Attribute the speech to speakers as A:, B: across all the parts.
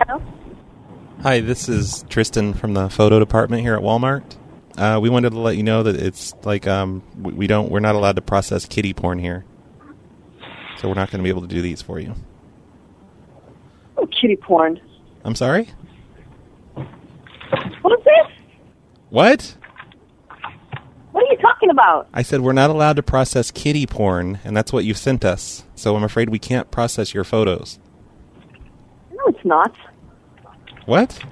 A: Hello.
B: Hi, this is Tristan from the photo department here at Walmart. Uh, we wanted to let you know that it's like um, we, we don't we're not allowed to process kitty porn here, so we're not going to be able to do these for you.
A: Oh, kitty porn.
B: I'm sorry.
A: What is this?
B: What?
A: What are you talking about?
B: I said we're not allowed to process kitty porn, and that's what you've sent us. So I'm afraid we can't process your photos.
A: No, it's not.
B: What?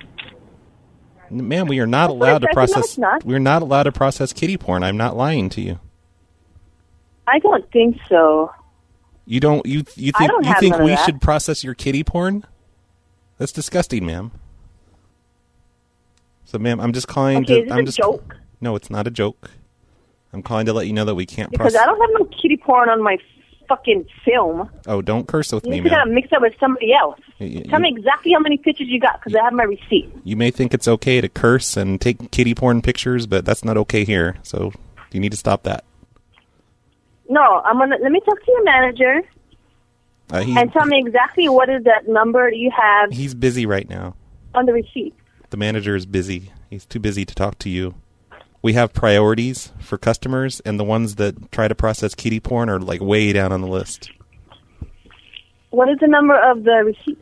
B: N- Ma'am, we are not
A: what I
B: allowed to
A: said. No,
B: process.
A: it's not.
B: We're not allowed to process kitty porn. I'm not lying to you.
A: I don't think so.
B: You don't. You you
A: I
B: think
A: don't
B: you
A: have
B: think
A: none of
B: we
A: that.
B: should process your kitty porn? That's disgusting, ma'am. So, ma'am, I'm just calling.
A: Okay,
B: to,
A: is this
B: I'm
A: a
B: just,
A: joke?
B: No, it's not a joke. I'm calling to let you know that we can't
A: Because
B: process.
A: I don't have no kitty porn on my fucking film.
B: Oh, don't curse with me,
A: You
B: ma'am.
A: gotta mix up with somebody else.
B: Y- y-
A: Tell me exactly how many pictures you got, because I have my receipt.
B: You may think it's okay to curse and take kitty porn pictures, but that's not okay here. So you need to stop that.
A: No, I'm gonna let me talk to your manager
B: Uh, he,
A: and tell me exactly what is that number you have
B: he's busy right now.
A: on the receipt.
B: The manager is busy. He's too busy to talk to you. We have priorities for customers, and the ones that try to process kitty porn are like way down on the list.
A: What is the number of the receipt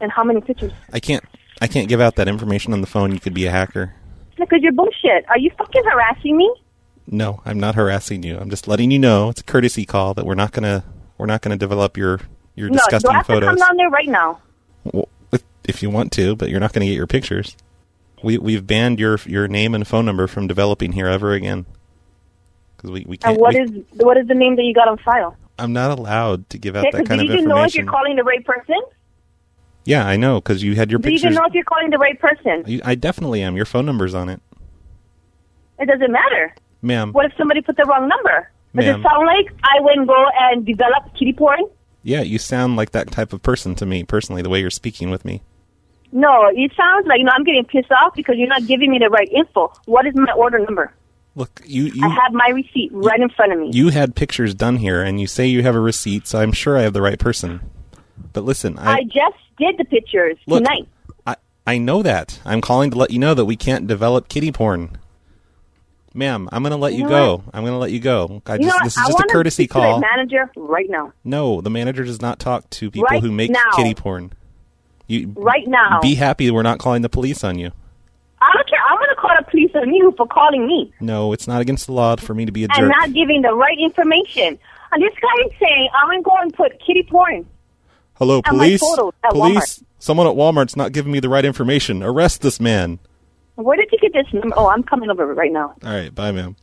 A: and how many pictures?
B: I can't. I can't give out that information on the phone. You could be a hacker.
A: Because you're bullshit. Are you fucking harassing me?
B: No, I'm not harassing you. I'm just letting you know it's a courtesy call that we're not gonna we're not gonna develop your your
A: No, do
B: disgusting
A: I have to come
B: photos.
A: down there right now?
B: Well, if- if you want to, but you're not going to get your pictures. We we've banned your your name and phone number from developing here ever again. Because we, we can't.
A: And what
B: we-
A: is what is the name that you got on file?
B: I'm not allowed to give out
A: Okay,
B: that
A: 'cause
B: kind
A: do
B: of
A: you even know if
B: information.
A: you're calling the right person?
B: yeah, I know because you had your
A: Do you even
B: pictures.
A: know if you're calling the right person?
B: You- I definitely am. Your phone number's on it,
A: It doesn't matter.
B: ma'am.
A: What if somebody put the wrong number? Does
B: Ma'am.
A: it sound like I wouldn't go and develop kitty porn?
B: Yeah, you sound like that type of person to me personally. The way you're speaking with me.
A: No, it sounds like you know I'm getting pissed off because you're not giving me the right info. What is my order number?
B: Look, you
A: I
B: you
A: have my receipt right in front of me.
B: you had pictures done here, and you say you have a receipt, so I'm sure I have the right person. But listen, I
A: I just did the pictures
B: Look,
A: tonight.
B: I, I know that. I'm calling to let you know that we can't develop kitty porn. Ma'am, I'm going to let you,
A: know
B: go. I'm going to let you go. I
A: You know
B: just,
A: what?
B: this
A: I
B: is just a
A: want to
B: courtesy
A: speak to
B: call.
A: the manager right now.
B: No, the manager does not talk to people
A: Right
B: who make
A: now.
B: kitty porn. You
A: Right now.
B: be happy we're not calling the police on you.
A: I don't care. I'm going to call the police on you for calling me
B: No, it's not against the law for me to be a
A: and
B: jerk.
A: not giving the right information. And this guy is saying I'm going to go and put kitty porn.
B: Hello,
A: and my
B: police.
A: photos at
B: Police. Someone at Walmart's not giving me the right information. Arrest this man.
A: Where did you get this number? Oh, I'm coming over right now.
B: All right, bye, ma'am.